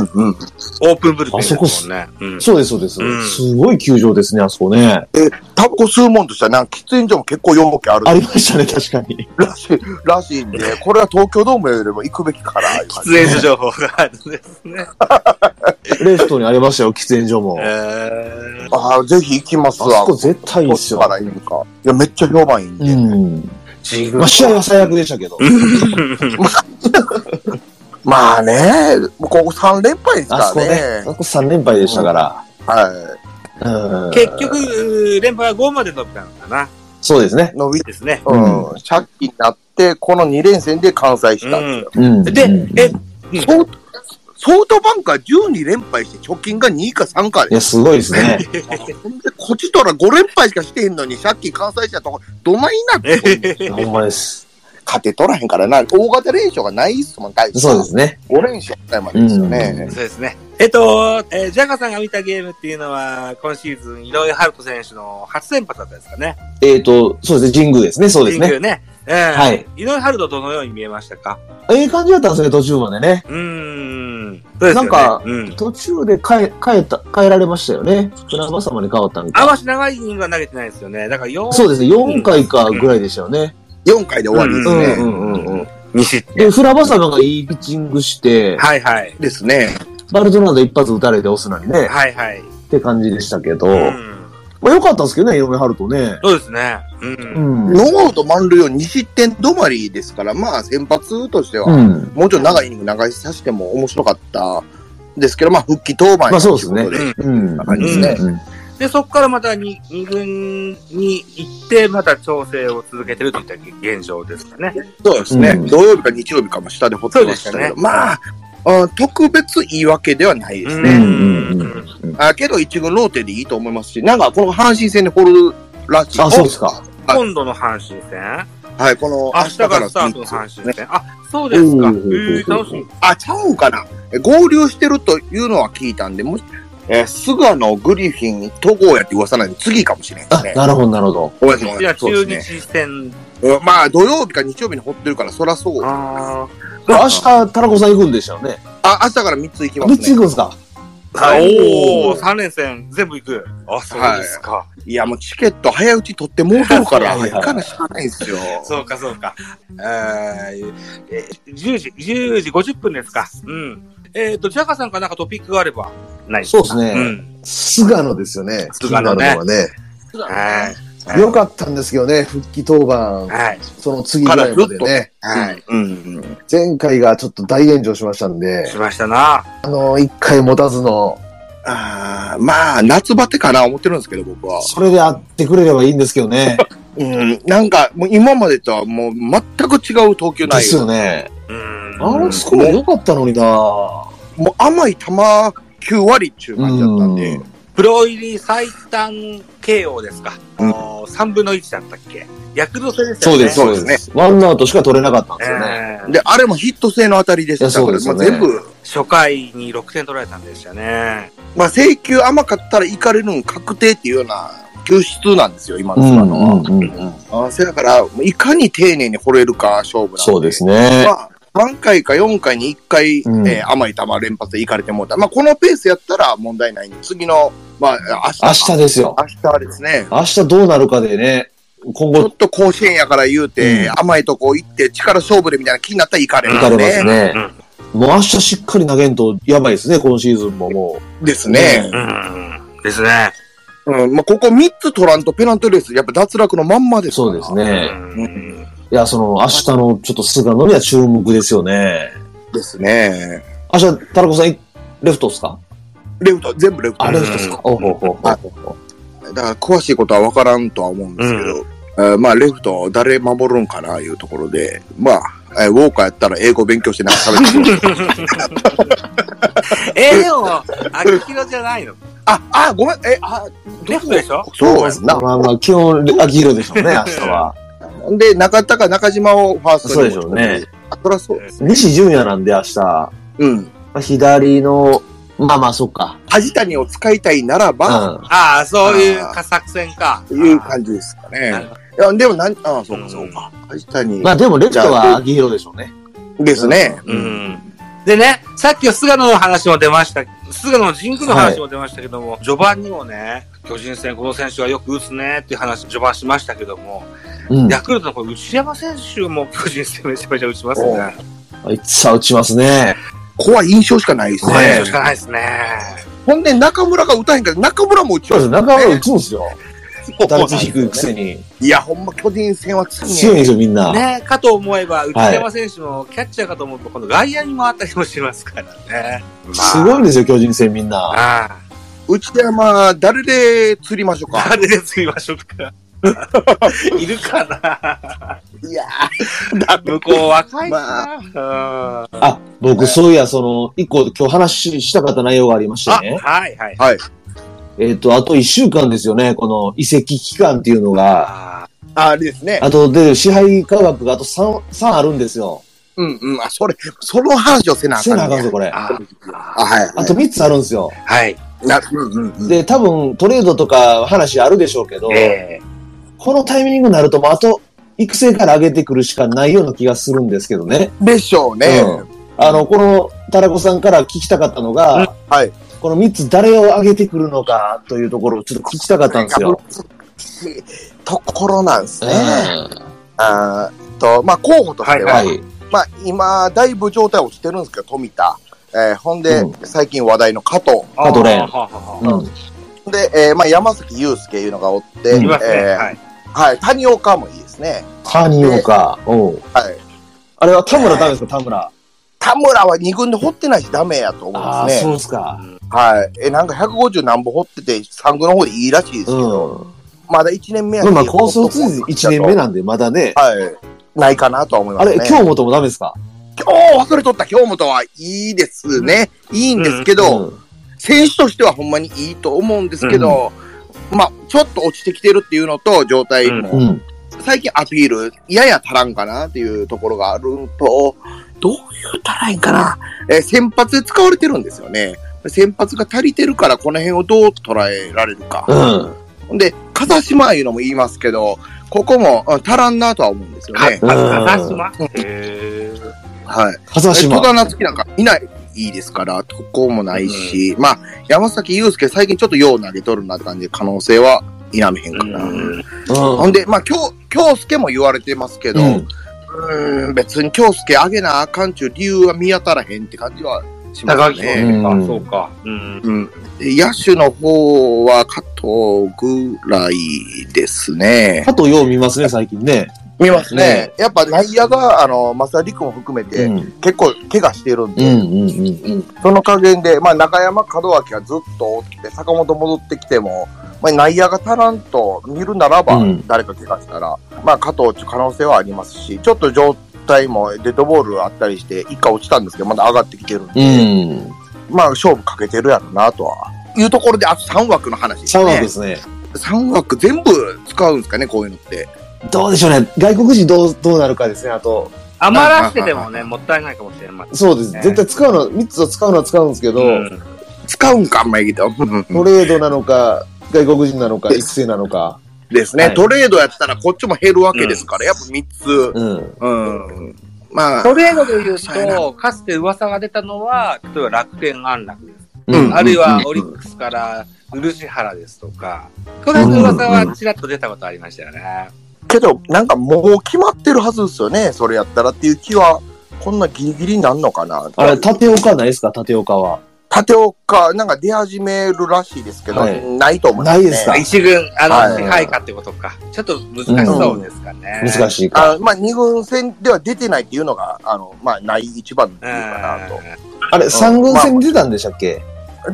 [SPEAKER 5] ん。
[SPEAKER 4] うんうん。
[SPEAKER 5] オープンブルペン
[SPEAKER 3] あそこっす
[SPEAKER 5] ね。うん
[SPEAKER 3] そうです、そうです、
[SPEAKER 5] うん
[SPEAKER 3] すごい球場ですね、あそこね。
[SPEAKER 4] タバコ吸うもんとしたら、なんか喫煙所も結構容器ある
[SPEAKER 3] ありましたね、確か
[SPEAKER 5] *laughs*
[SPEAKER 3] に。
[SPEAKER 4] らしい、らしいんで、
[SPEAKER 3] *laughs*
[SPEAKER 4] これは東京ドームよりも行くべきから。
[SPEAKER 5] 喫煙所情報があるんですね。
[SPEAKER 3] レフトにありましたよ、喫煙所も。
[SPEAKER 5] えー
[SPEAKER 3] あ
[SPEAKER 4] ああ、ぜひ行きますわ。
[SPEAKER 3] そこ絶対いいっすよ
[SPEAKER 4] こ。からいいのか。いや、めっちゃ評判いいん
[SPEAKER 3] う
[SPEAKER 4] で。
[SPEAKER 3] ん。まあ、試合は最悪でしたけど。
[SPEAKER 4] まあね、ここ3連敗です
[SPEAKER 3] あ
[SPEAKER 4] か
[SPEAKER 3] そこね、
[SPEAKER 4] ら
[SPEAKER 3] あ
[SPEAKER 4] ね。
[SPEAKER 3] そこ3連敗でしたから。
[SPEAKER 4] は
[SPEAKER 3] うん。
[SPEAKER 5] 結局、連敗は5まで伸びたのかな。
[SPEAKER 3] そうですね
[SPEAKER 4] い。。伸び、
[SPEAKER 5] ですね。
[SPEAKER 4] うん。借金になって、この2連戦で完済したんですよ。
[SPEAKER 3] うん。
[SPEAKER 5] で
[SPEAKER 3] うん、
[SPEAKER 5] え、
[SPEAKER 4] 相ソフトバンクは12連敗して貯金が2か3か
[SPEAKER 3] い
[SPEAKER 4] で
[SPEAKER 3] や、。すごいですね。
[SPEAKER 4] ほんで、こっちとら5連敗しかしてへんのに、借金完済したとこ、どないなって。
[SPEAKER 3] ほんまです。
[SPEAKER 4] 勝て取らへんからな。大型連勝がないっすもん、大
[SPEAKER 3] そうですね。
[SPEAKER 4] 5連勝ぐらいまでですよね。
[SPEAKER 5] そうですね。えっと、えージャガさんが見たゲームっていうのは、今シーズン、井上春人選手の初先発だったんですかね。
[SPEAKER 3] えっ、と、そうですね、神宮ですね、そうです
[SPEAKER 5] 神宮
[SPEAKER 3] ね。
[SPEAKER 5] ね。え
[SPEAKER 3] は。
[SPEAKER 5] はい井上春人どのように見えましたか
[SPEAKER 3] ええ感じだったんですね、途中までね。
[SPEAKER 5] うーん。そうですよね。
[SPEAKER 3] なんか
[SPEAKER 5] うん。
[SPEAKER 3] 途中で変え、変えた、変えられましたよね。船場様に変わったみた
[SPEAKER 5] あ
[SPEAKER 3] い
[SPEAKER 5] まし長いイニングは投げてないですよね。だから4、
[SPEAKER 3] そうですね、4回かぐらいでしたよね。
[SPEAKER 4] 4回で終わりで
[SPEAKER 3] う
[SPEAKER 4] す
[SPEAKER 3] ん
[SPEAKER 4] ね。
[SPEAKER 3] うんうんうん。
[SPEAKER 5] 2失
[SPEAKER 3] で、船場様がいいピッチングして、
[SPEAKER 5] はいはい。
[SPEAKER 4] ですね。
[SPEAKER 3] バルドナード一発打たれて押すなりね、
[SPEAKER 5] はいはい。
[SPEAKER 3] って感じでしたけど、
[SPEAKER 5] うん。
[SPEAKER 3] まあ良かったですけどね、井上春人ね。
[SPEAKER 5] そうですね。う。
[SPEAKER 3] うんん。
[SPEAKER 4] ノーアウト満塁を2失点止まりですから、まあ先発としては、
[SPEAKER 3] うん。
[SPEAKER 4] もうちょっと長いイニング長いさせても面白かったですけど、まあ復帰登板
[SPEAKER 3] まあそうですね
[SPEAKER 4] といこと
[SPEAKER 3] うん。
[SPEAKER 4] 感じです
[SPEAKER 3] ね。
[SPEAKER 5] で、そこからまた 2, 二軍に行って、また調整を続けてるといった現状ですかね。
[SPEAKER 4] そうですね、
[SPEAKER 3] うん
[SPEAKER 4] 土曜日か日曜日かも下でほっとまし
[SPEAKER 5] そ
[SPEAKER 4] たけ
[SPEAKER 5] う
[SPEAKER 4] ど、
[SPEAKER 5] でしたね
[SPEAKER 4] まあ、あ特別言い訳ではないです
[SPEAKER 3] う
[SPEAKER 4] ね。
[SPEAKER 3] んうんうんうん。
[SPEAKER 4] あけど一軍ローテでいいと思いますし、なんかこの阪神戦で掘るらしい。
[SPEAKER 3] あ、そうですか。
[SPEAKER 5] 今度の阪神戦
[SPEAKER 4] はい、この
[SPEAKER 5] 明日からスタートの阪神戦。あ、そうですか。え
[SPEAKER 3] うん
[SPEAKER 5] ー、楽しみ。
[SPEAKER 4] あ、ちゃうんかな。え合流してるというのは聞いたんで、もし、えー菅野、グリフィン、戸郷やって噂なんで次かもしれんで
[SPEAKER 3] あ
[SPEAKER 4] す、ね。
[SPEAKER 3] なるほど、なるほど。
[SPEAKER 4] ごめんなさい
[SPEAKER 5] いや、
[SPEAKER 4] そうで
[SPEAKER 5] 中
[SPEAKER 4] すね。
[SPEAKER 5] 日戦。
[SPEAKER 4] うんまあ、土曜日か日曜日に掘ってるから、そらそう。あ、
[SPEAKER 5] あ
[SPEAKER 3] 明日、田中さん行くんでしたよね。
[SPEAKER 4] 明日から3つ行き
[SPEAKER 3] あ
[SPEAKER 4] ま
[SPEAKER 3] 三
[SPEAKER 4] す
[SPEAKER 3] つ行
[SPEAKER 4] ね。
[SPEAKER 3] くんですか
[SPEAKER 5] あ。
[SPEAKER 4] おー
[SPEAKER 5] おー、3連戦全部行く。あ、そうですか。
[SPEAKER 4] いや、もうチケット早打ち取ってもうとるから、
[SPEAKER 3] はいはい
[SPEAKER 4] 行かなしゃあないんすよ。
[SPEAKER 5] そうか、そうか。あーえー10時、10時50分ですか。うん。えっ、と、ジャカさんかなんかトピックがあれば。ない
[SPEAKER 6] そうですね。
[SPEAKER 5] うん。
[SPEAKER 6] 菅野ですよね。
[SPEAKER 5] 菅野ね
[SPEAKER 6] 気になるのはね。
[SPEAKER 5] はい。
[SPEAKER 6] 良かったんですけどね、復帰登板、
[SPEAKER 5] はい。
[SPEAKER 6] その次ぐらいまで
[SPEAKER 4] から
[SPEAKER 6] ね。
[SPEAKER 5] はい。
[SPEAKER 4] うん。
[SPEAKER 6] 前回がちょっと大炎上しましたんで
[SPEAKER 5] し、ましたな。
[SPEAKER 6] あの、一回持たずの、
[SPEAKER 4] あーまあ、夏バテかな思ってるんですけど、僕は。
[SPEAKER 3] それで会ってくれればいいんですけどね。
[SPEAKER 4] うん。なんか、もう今までとはもう全く違う投球
[SPEAKER 3] で
[SPEAKER 4] 内
[SPEAKER 3] す
[SPEAKER 4] 容。
[SPEAKER 3] よね。
[SPEAKER 5] うん。
[SPEAKER 3] あのスコア良かったのにな
[SPEAKER 4] もう甘い球9割っちゅう感じだったんで。
[SPEAKER 5] プロ入り最短 KO ですか。あの3分の1だったっけ。ヤクルト戦でしたよね。
[SPEAKER 4] そうですね。
[SPEAKER 3] ワンアウトしか取れなかったんですよね。
[SPEAKER 5] えー
[SPEAKER 4] で、あれもヒット性の当たりでしたか
[SPEAKER 3] い
[SPEAKER 4] ら、
[SPEAKER 3] やそう
[SPEAKER 4] ま
[SPEAKER 3] で
[SPEAKER 4] あ、
[SPEAKER 3] すよ
[SPEAKER 4] 全
[SPEAKER 3] ね
[SPEAKER 4] 部、
[SPEAKER 5] 初回に6点取られたんでしたね。
[SPEAKER 4] まあ、請求甘かったらいかれるん確定っていうような救出なんですよ、今の
[SPEAKER 3] う
[SPEAKER 4] 菅
[SPEAKER 3] ん
[SPEAKER 4] 野
[SPEAKER 3] う
[SPEAKER 4] は。
[SPEAKER 3] んうん。
[SPEAKER 4] あせやから、いかに丁寧に掘れるか勝負なんで。
[SPEAKER 3] そうです
[SPEAKER 4] ま
[SPEAKER 3] ね。
[SPEAKER 4] あ、3回か4回に1回、
[SPEAKER 3] うん
[SPEAKER 4] えー甘い球連発でいかれてもうた。まあ、このペースやったら問題ないんで、次の、まあ、明日か。
[SPEAKER 3] 明日ですよ。
[SPEAKER 4] 明日ですね。
[SPEAKER 3] 明日どうなるかでね、今
[SPEAKER 4] ちょ
[SPEAKER 3] 後、
[SPEAKER 4] っと甲子園やから言うて、
[SPEAKER 3] う
[SPEAKER 4] 甘いとこ行って、力勝負でみたいな気になったらいかれる
[SPEAKER 3] 打
[SPEAKER 4] ん
[SPEAKER 3] た
[SPEAKER 4] で
[SPEAKER 3] れ
[SPEAKER 4] す
[SPEAKER 3] ま
[SPEAKER 4] ね。
[SPEAKER 3] すね。もう明日しっかり投げんとやばいですね、今シーズンもも
[SPEAKER 4] ですね。
[SPEAKER 5] うん。ですね。
[SPEAKER 4] うん。まあ、ここ3つ取らんとペナントレース、やっぱ脱落のまんまで
[SPEAKER 3] う。
[SPEAKER 4] すから
[SPEAKER 3] そうです。ね。
[SPEAKER 5] うん。
[SPEAKER 3] いや、その、明日のちょっと菅野には注目ですよね。
[SPEAKER 4] ですね。
[SPEAKER 3] 明日、田中さん、レフトですか
[SPEAKER 4] レフト、全部レフト。
[SPEAKER 3] あ、
[SPEAKER 5] れ
[SPEAKER 3] レフトですかおほほほ
[SPEAKER 4] はいだから詳しいことは分からんとは思うんですけど、えーまあレフト誰守るんかないうところで、まあ、えーウォーカーやったら英語勉強してなんか喋ってくる
[SPEAKER 5] えー、で *laughs* も、秋広じゃないの。
[SPEAKER 4] あ、あ、ごめん、え、あ、
[SPEAKER 5] レフトでしょ
[SPEAKER 4] そうやん
[SPEAKER 3] まあまあまあ、基本、秋色でしょうね、明日は。
[SPEAKER 4] な。で、中田か中島をファーストに持ってくる
[SPEAKER 3] そうでしょうね。
[SPEAKER 4] あ、そらそう。
[SPEAKER 3] 西純也なんで明日、ま
[SPEAKER 4] うん。
[SPEAKER 3] あ左の、まあまあ、そっか。
[SPEAKER 4] 梶谷を使いたいなら
[SPEAKER 3] う
[SPEAKER 4] ば、
[SPEAKER 3] ん。
[SPEAKER 5] ああ、そういうか作戦か。
[SPEAKER 4] いう感じですか
[SPEAKER 5] なる
[SPEAKER 4] ね。いや、でもなん、あそうかそうか。梶谷
[SPEAKER 3] まあでも、レフトは秋広でしょうね。
[SPEAKER 4] ですね。
[SPEAKER 5] うん。でね、さっきの菅野の話も出ました、菅野の神宮の話も出ましたけども、序盤にもね、巨人戦、この選手がよく打つねっていう話、序盤しましたけども、
[SPEAKER 3] うん。
[SPEAKER 5] ヤクルトのこれ内山選手も巨人戦めちゃめちゃ打ちます
[SPEAKER 4] お
[SPEAKER 5] ね
[SPEAKER 4] う。
[SPEAKER 3] あいつは打ちますね。
[SPEAKER 4] 怖い印象しかないです
[SPEAKER 5] この印
[SPEAKER 4] ね
[SPEAKER 5] 象し。かないですね。
[SPEAKER 4] ほんで中村が打たへんから、中村も打ち
[SPEAKER 3] そう
[SPEAKER 4] よ
[SPEAKER 3] です
[SPEAKER 4] る
[SPEAKER 3] ね、中村打つんですよ。打率
[SPEAKER 4] そう
[SPEAKER 3] 低いくせに。
[SPEAKER 4] いや、ほんま巨人戦は強いね。
[SPEAKER 3] 強いんですよ、みんな。
[SPEAKER 5] ね、かと思えば、内山選手もキャッチャーかと思うと、この外野に回ったりもしますからね。
[SPEAKER 3] すごいん
[SPEAKER 5] ね。
[SPEAKER 3] ですよ、巨人戦みんな。
[SPEAKER 5] ああ。
[SPEAKER 4] 内山、誰で釣りましょうか
[SPEAKER 5] あれで釣りましょうか。いるかな
[SPEAKER 4] いやー、だって
[SPEAKER 5] 向こう若い
[SPEAKER 4] ま
[SPEAKER 5] な。まあ、
[SPEAKER 3] あ、僕、そういや、その、一個今日話したかった内容がありまして
[SPEAKER 5] あ、
[SPEAKER 3] ね。
[SPEAKER 5] はいはい。
[SPEAKER 4] はい。
[SPEAKER 3] えっ、と、あと一週間ですよね、この移籍期間っていうのが。
[SPEAKER 5] あ
[SPEAKER 4] ああれですね。
[SPEAKER 3] あと、で、支配価額があと3、三あるんですよ。
[SPEAKER 4] うんうん。あ、それ、その話をせなあ
[SPEAKER 3] せ
[SPEAKER 4] かん、
[SPEAKER 3] なあかん
[SPEAKER 4] ね
[SPEAKER 3] ぞ、。これ。
[SPEAKER 5] あ
[SPEAKER 3] あ
[SPEAKER 5] ー
[SPEAKER 4] あ、はい。
[SPEAKER 3] と3つあるんですよ。
[SPEAKER 5] はい。
[SPEAKER 4] な、うんうんうん。
[SPEAKER 3] で、多分、トレードとか話あるでしょうけど、
[SPEAKER 5] ええ
[SPEAKER 3] このタイミングになると、もうあと、育成から上げてくるしかないような気がするんですけどね。
[SPEAKER 4] でしょうね。
[SPEAKER 3] うんあの、この、タラコさんから聞きたかったのが、
[SPEAKER 4] はい。
[SPEAKER 3] この3つ誰を上げてくるのかというところをちょっと聞きたかったんですよ。
[SPEAKER 4] ところなんです
[SPEAKER 3] う
[SPEAKER 4] ね。
[SPEAKER 3] ん
[SPEAKER 4] あーっと、まあ、候補としては、
[SPEAKER 3] はい。
[SPEAKER 4] まあ、今、だいぶ状態落ちてるんですけど、富田。えーほんで、
[SPEAKER 3] う
[SPEAKER 4] 最近話題の加藤。
[SPEAKER 5] あー。
[SPEAKER 3] あどれ
[SPEAKER 5] ははは
[SPEAKER 3] う
[SPEAKER 5] は
[SPEAKER 3] ん。
[SPEAKER 4] で、えーまあ、山崎祐介いうのがおって、
[SPEAKER 3] うん
[SPEAKER 5] いますね。
[SPEAKER 4] えー
[SPEAKER 5] はい。
[SPEAKER 4] はい、谷岡もいいですね。
[SPEAKER 3] 谷岡。うん。
[SPEAKER 4] はい。
[SPEAKER 3] あれは田村ダメですか、田村。
[SPEAKER 4] 田村は2軍で掘ってないしダメやと思
[SPEAKER 3] あ
[SPEAKER 4] うん
[SPEAKER 3] あ、
[SPEAKER 4] です
[SPEAKER 3] そう
[SPEAKER 4] ね。
[SPEAKER 3] ですか。
[SPEAKER 4] はい。え、なんか150何本掘ってて、3軍の方でいいらしいですけ
[SPEAKER 3] う
[SPEAKER 4] ど、
[SPEAKER 3] ん。
[SPEAKER 4] まだ1年目や
[SPEAKER 3] まあまあ、高卒1年目なんで、まだね。
[SPEAKER 4] はい。ないかなとは思いま
[SPEAKER 3] あ
[SPEAKER 4] す、
[SPEAKER 3] れ
[SPEAKER 4] ね。、
[SPEAKER 3] 京本もダメですか
[SPEAKER 4] 今日、それ取った京本はいいですね。いいんですけど、
[SPEAKER 3] うん
[SPEAKER 4] 選手としてはほんまにいいと思うんですけど、まあ、ちょっと落ちてきてるっていうのと、状態も、
[SPEAKER 3] うん。
[SPEAKER 4] 最近アピール、やや足らんかなっていうところがあるのと、どういう足らんかな。えー先発で使われてるんですよね。先発が足りてるから、この辺をどう捉えられるか。
[SPEAKER 3] うん。
[SPEAKER 4] で、風島いうのも言いますけど、ここもうん足らんなとは思うんですよ
[SPEAKER 5] か、
[SPEAKER 4] ね。
[SPEAKER 5] か、か島へー
[SPEAKER 4] はい。
[SPEAKER 3] 風
[SPEAKER 4] 戸
[SPEAKER 3] 島。
[SPEAKER 4] 田夏樹なんかいない。いいですから、ここもないし、まあ、山崎祐介、最近ちょっとよう投げとるなって感じで、可能性は否めへんかな。
[SPEAKER 5] うん
[SPEAKER 4] ほんで、まあ、京京介も言われてますけど、
[SPEAKER 3] う。
[SPEAKER 4] うんーん、別に京介あげなあかんちゅう理由は見当たらへんって感じはしま
[SPEAKER 5] 高
[SPEAKER 4] す
[SPEAKER 5] 木
[SPEAKER 4] ね。
[SPEAKER 5] 君
[SPEAKER 3] う
[SPEAKER 5] か、
[SPEAKER 3] ん
[SPEAKER 5] そうか。うん。
[SPEAKER 4] うん。で野手の方は加藤ぐらいですね。
[SPEAKER 3] 加藤よう見ますね、最近ね。
[SPEAKER 4] 見ます
[SPEAKER 3] ね
[SPEAKER 4] ね。やっぱ内野が、あの、増田陸も含めて、
[SPEAKER 3] うん。
[SPEAKER 4] 結構怪我してるん
[SPEAKER 3] う
[SPEAKER 4] で、
[SPEAKER 3] んうんうんうん。
[SPEAKER 4] その加減で、まあ、中山門脇がずっとおって、坂本戻ってきても、まあ、内野が足らんと見るならば
[SPEAKER 3] うん、
[SPEAKER 4] 誰か怪我したら、まあ、加藤っちゅう可能性はありますし、ちょっと状態もデッドボールあったりして、一回落ちたんですけど、まだ上がってきてるんで、
[SPEAKER 3] うん。
[SPEAKER 4] まあ、勝負かけてるやろなとは。いうところで、あと3枠の話です
[SPEAKER 3] 3
[SPEAKER 4] ね。
[SPEAKER 3] 枠ですね。
[SPEAKER 4] 3枠全部使うんですかね、こういうのって。
[SPEAKER 3] どうでしょうね。外国人どう、どうなるかですね、あと。
[SPEAKER 5] 余らしててもね、もったいないかもしれません。
[SPEAKER 3] そうです。
[SPEAKER 5] ね
[SPEAKER 3] 絶対使うの、3つを使うのは使うんですけど、
[SPEAKER 5] うん
[SPEAKER 4] 使うんか、あんまり言うけど。うんうん
[SPEAKER 3] トレードなのか、外国人なのか、育成なのか。
[SPEAKER 4] ですね、
[SPEAKER 3] はい
[SPEAKER 4] トレードやったらこっちも減るわけですから、やっぱ3つ。
[SPEAKER 3] うん。
[SPEAKER 4] うん。まあ、
[SPEAKER 5] トレードで言う
[SPEAKER 4] そうや
[SPEAKER 5] と、かつて噂が出たのは、例えば楽天安楽です。
[SPEAKER 4] うん
[SPEAKER 5] あるいはオリックスから漆原ですとか、この辺の噂はちらっと出たことありましたよね。
[SPEAKER 4] けど、なんかもう決まってるはずですよね、それやったらっていう気は、こんなギリギリになんのかな。
[SPEAKER 3] あれ、立岡ないですか立岡は。
[SPEAKER 4] 縦岡、なんか出始めるらしいですけど、
[SPEAKER 3] はい
[SPEAKER 4] ないと思います、
[SPEAKER 3] ないですか
[SPEAKER 5] 一軍、あ
[SPEAKER 4] は
[SPEAKER 5] の、
[SPEAKER 4] い
[SPEAKER 5] 支配下ってことか。ちょっと難しそうですかね。
[SPEAKER 3] 難
[SPEAKER 5] い。
[SPEAKER 3] しいか。
[SPEAKER 4] あまあ、二軍戦では出てないっていうのが、あの、まあ、ない一番の理由かなと。
[SPEAKER 3] あれ、3軍戦出たんでしたっけ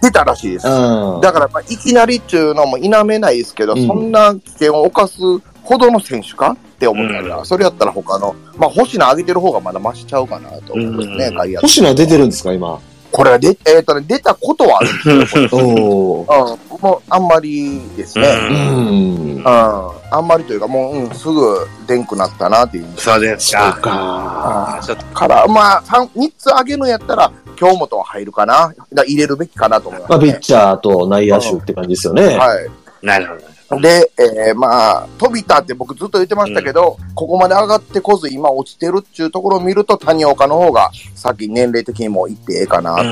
[SPEAKER 4] 出たらしいです。
[SPEAKER 3] うん。
[SPEAKER 4] だから、まあ、いきなりっていうのも否めないですけど、
[SPEAKER 3] うん
[SPEAKER 4] そんな危険を犯すほどの選手かって思ったら、
[SPEAKER 5] う
[SPEAKER 4] それやったら他の、まあ、星野上げてる方がまだ増しちゃうかなと思うんですね、
[SPEAKER 5] うん
[SPEAKER 4] 外野手
[SPEAKER 3] 星野は出てるんですか、今。
[SPEAKER 4] これはで、えっ、とね、出たことはある
[SPEAKER 3] *laughs* おー。
[SPEAKER 4] うん、もうあんまりですね。
[SPEAKER 5] う
[SPEAKER 4] うん、
[SPEAKER 3] うんん。
[SPEAKER 4] あんまりというか、もう、うん、すぐでんくなったなっていう。
[SPEAKER 5] そうです
[SPEAKER 3] そう
[SPEAKER 5] か。
[SPEAKER 3] か。
[SPEAKER 4] あ
[SPEAKER 5] ちょっと、
[SPEAKER 4] ーから、まあ、三三つ上げるんやったら、京本は入るかな。だ入れるべきかなと思います、
[SPEAKER 3] まあ、ピ
[SPEAKER 4] ね
[SPEAKER 3] ッ。チャーと内野手って感じですよね。
[SPEAKER 4] はい。
[SPEAKER 5] なるほど。
[SPEAKER 4] で、えーまあ、飛田って僕ずっと言ってましたけど、ここまで上がってこず、今落ちてるっていうところを見ると、谷岡の方が、さっき年齢的にもいってええかなと。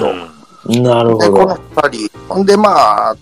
[SPEAKER 3] なるほ
[SPEAKER 4] で、この
[SPEAKER 3] ど。
[SPEAKER 4] 二人。ほんで、まあ、